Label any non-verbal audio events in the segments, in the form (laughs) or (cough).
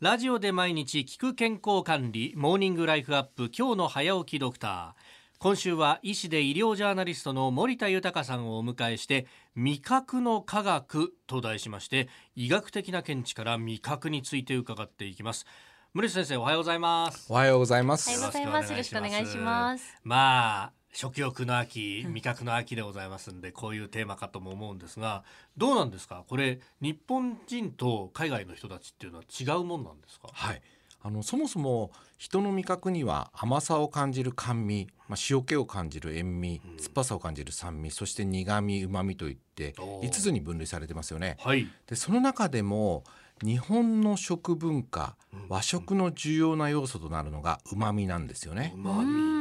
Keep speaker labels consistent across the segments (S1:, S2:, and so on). S1: ラジオで毎日聞く健康管理モーニングライフアップ今日の早起きドクター今週は医師で医療ジャーナリストの森田豊さんをお迎えして味覚の科学と題しまして医学的な見地から味覚について伺っていきます森田先生おはようございます
S2: おはようございま
S3: おはよ
S2: す
S3: う。ございます。よろしくお願いします。
S1: まあ食欲の秋味覚の秋でございますんでこういうテーマかとも思うんですがどうなんですかこれ日本人と海外の人たちっていうのは違うもんなんですか
S2: はい。あのそもそも人の味覚には甘さを感じる甘味、まあ、塩気を感じる塩味、
S1: うん
S2: 酸っぱさを感じる酸味そして苦味うまみといって
S1: おー
S2: 5つに分類されてますよね。
S1: はい
S2: でその中でも日本の食文化
S1: うん
S2: 和食の重要な要素となるのがうまみなんですよね。
S1: う
S3: う
S1: まみ
S3: ん。
S1: うん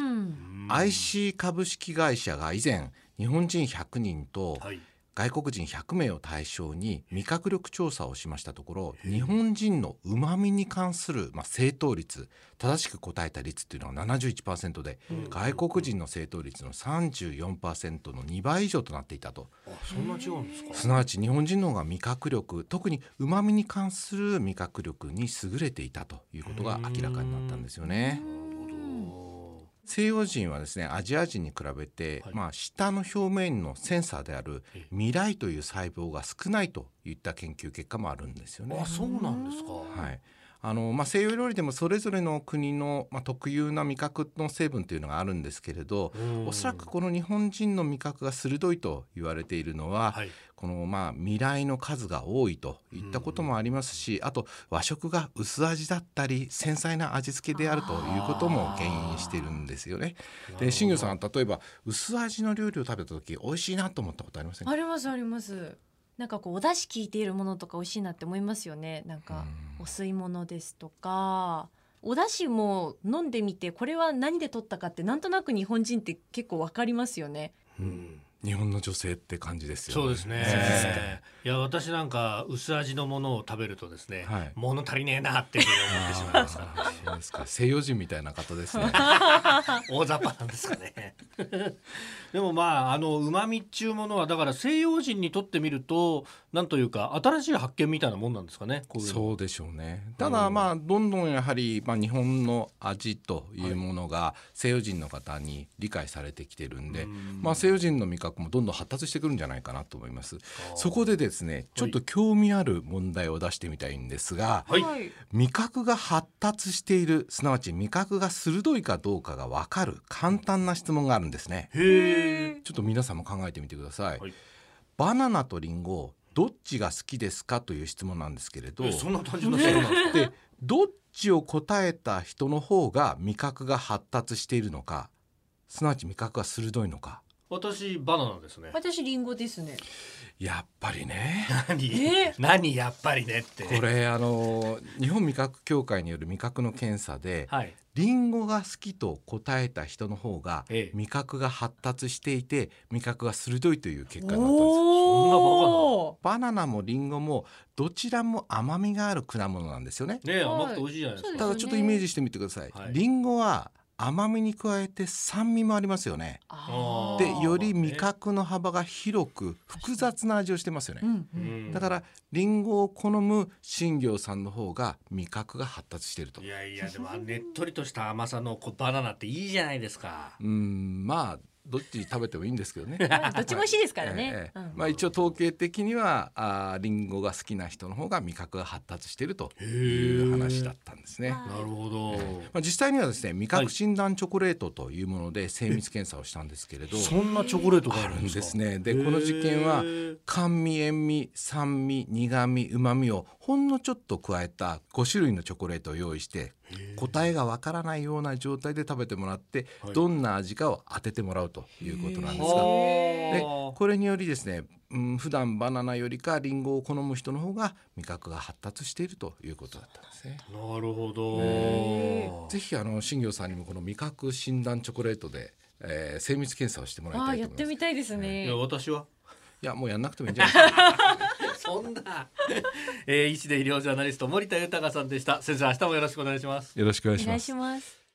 S2: IC 株式会社が以前日本人100人と
S1: はい
S2: 外国人100名を対象に味覚力調査をしましたところ
S1: へえ
S2: 日本人のうまみに関する、まあ、正答率正しく答えた率っていうのは71%で
S1: うん
S2: 外国人の正答率の34%の2倍以上となっていたと
S1: あそんな違うんですか
S2: すなわち日本人の方が味覚力特にうまみに関する味覚力に優れていたということが明らかになったんですよね。西洋人はですねアジア人に比べて、
S1: はい
S2: まあ、舌の表面のセンサーである
S1: ええ
S2: 未来という細胞が少ないといった研究結果もあるんですよね
S1: あ。そうなんですか
S2: はいあのまあ、西洋料理でもそれぞれの国の、まあ、特有な味覚の成分というのがあるんですけれど
S1: うん
S2: おそらくこの日本人の味覚が鋭いと言われているのは、
S1: はい
S2: このまあ未来の数が多いといったこともありますし、あと和食が薄味だったり繊細な味付けであるということも原因しているんですよね。で新業さんは例えば薄味の料理を食べた時美味しいなと思ったことありませんか
S3: ありますあります。なんかこうお出汁効いているものとか美味しいなって思いますよね。なんかお吸い物ですとか。お出汁も飲んでみてこれは何で取ったかってなんとなく日本人って結構わかりますよね。
S1: うん
S2: 日本の女性って感じですよね。
S1: そうですね
S2: そうですね
S1: いや私なんか薄味のものを食べるとですね
S2: はい
S1: 物足りねえなっていうふうに思ってしまい
S2: (laughs)
S1: ますから
S2: あーそうですか西洋人みたいな方ですね。
S1: 大雑把なんですかね (laughs) でもまああのうまみっちゅうものはだから西洋人にとってみるとなんというか新しい発見みたいなもんなんですかねこういうの
S2: そうでしょうね。ただまあどんどんやはりまあ日本の味というものが西洋人の方に理解されてきてるんで、
S1: うん
S2: まあ西洋人の味覚もどんどん発達してくるんじゃないかなと思います。そこでですね、ちょっと興味ある問題を出してみたいんですが、
S1: はい
S3: い。
S2: 味覚が発達している、すなわち味覚が鋭いかどうかがわかる簡単な質問があるんですね。
S1: へえ
S2: ちょっと皆さんも考えてみてください。
S1: はい
S2: バナナとリンゴどっちが好きですかという質問なんですけれど、
S1: えそんな単純な質問なんですか
S2: でどっちを答えた人の方が味覚が発達しているのかすなわち味覚が鋭いのか
S1: 私バナナですね
S3: 私リンゴですね。
S2: やっぱりね
S1: 何、
S3: え
S1: 何やっぱりねって
S2: これあの日本味覚協会による味覚の検査で
S1: はい
S2: リンゴが好きと答えた人の方が
S1: ええ
S2: 味覚が発達していて味覚が鋭いという結果になったんです。
S3: おお。
S2: バナナもリンゴもどちらも甘みがある果物なんですよね。
S1: ねえ
S3: はい
S1: 甘くて美味しいじゃないです
S3: そう
S1: か
S2: ただちょっとイメージしてみてください。
S1: はい
S2: リンゴは甘みに加えて酸味もありますよね。
S3: あ
S2: で
S3: ー
S2: より味覚の幅が広く複雑な味をしてますよ
S3: う
S2: ね。
S3: んうん
S1: うん
S2: だからリンゴを好む新行さんの方が味覚が発達していると
S1: い。やいやでもあのねっとりとした甘さのこうバナナっていいじゃないですか
S2: うんまあどっち食べてもいいんですけどね。
S3: まあどっちも美味しいですから
S2: (laughs)
S3: ね
S2: え。えええ
S3: うん
S2: まあ一応統計的にはあーリンゴが好きな人の方が味覚が発達しているという話だったんですね。
S1: なるほど、
S2: まあ実際にはですね味
S1: はい
S2: 覚診断チョコレートというもので精密検査をしたんですけれど、
S1: そんなチョコレートがあ
S2: あ
S1: る
S2: る
S1: ん
S2: ん
S1: で
S2: です
S1: か
S2: すね。でこの実験は甘味塩味酸味苦味旨味をほんのちょっと加えた5種類のチョコレートを用意して答えがわからないような状態で食べてもらって、
S1: はい
S2: どんな味かを当ててもらうということなんですが、で
S1: は
S2: これによりですね、うん、普段バナナよりかリンゴを好む人の方が味覚が発達しているということだったんですね。
S1: あなるほど、
S3: へ
S2: ぜひあの新業さんにもこの味覚診断チョコレートで、えー精密検査をしてもらい
S3: あ
S2: た
S3: あ
S2: い
S3: や
S2: と
S3: っ
S2: 思います。い
S3: てみたいです
S1: い
S3: ね
S1: や。私は
S2: やもうやんなくてもいいんじゃないですか。
S1: そんな、えー、医師で医療ジャーナリスト森田豊さんでした先生明日もよろしくお願いします
S2: よろしくお願
S3: (laughs) お願いします。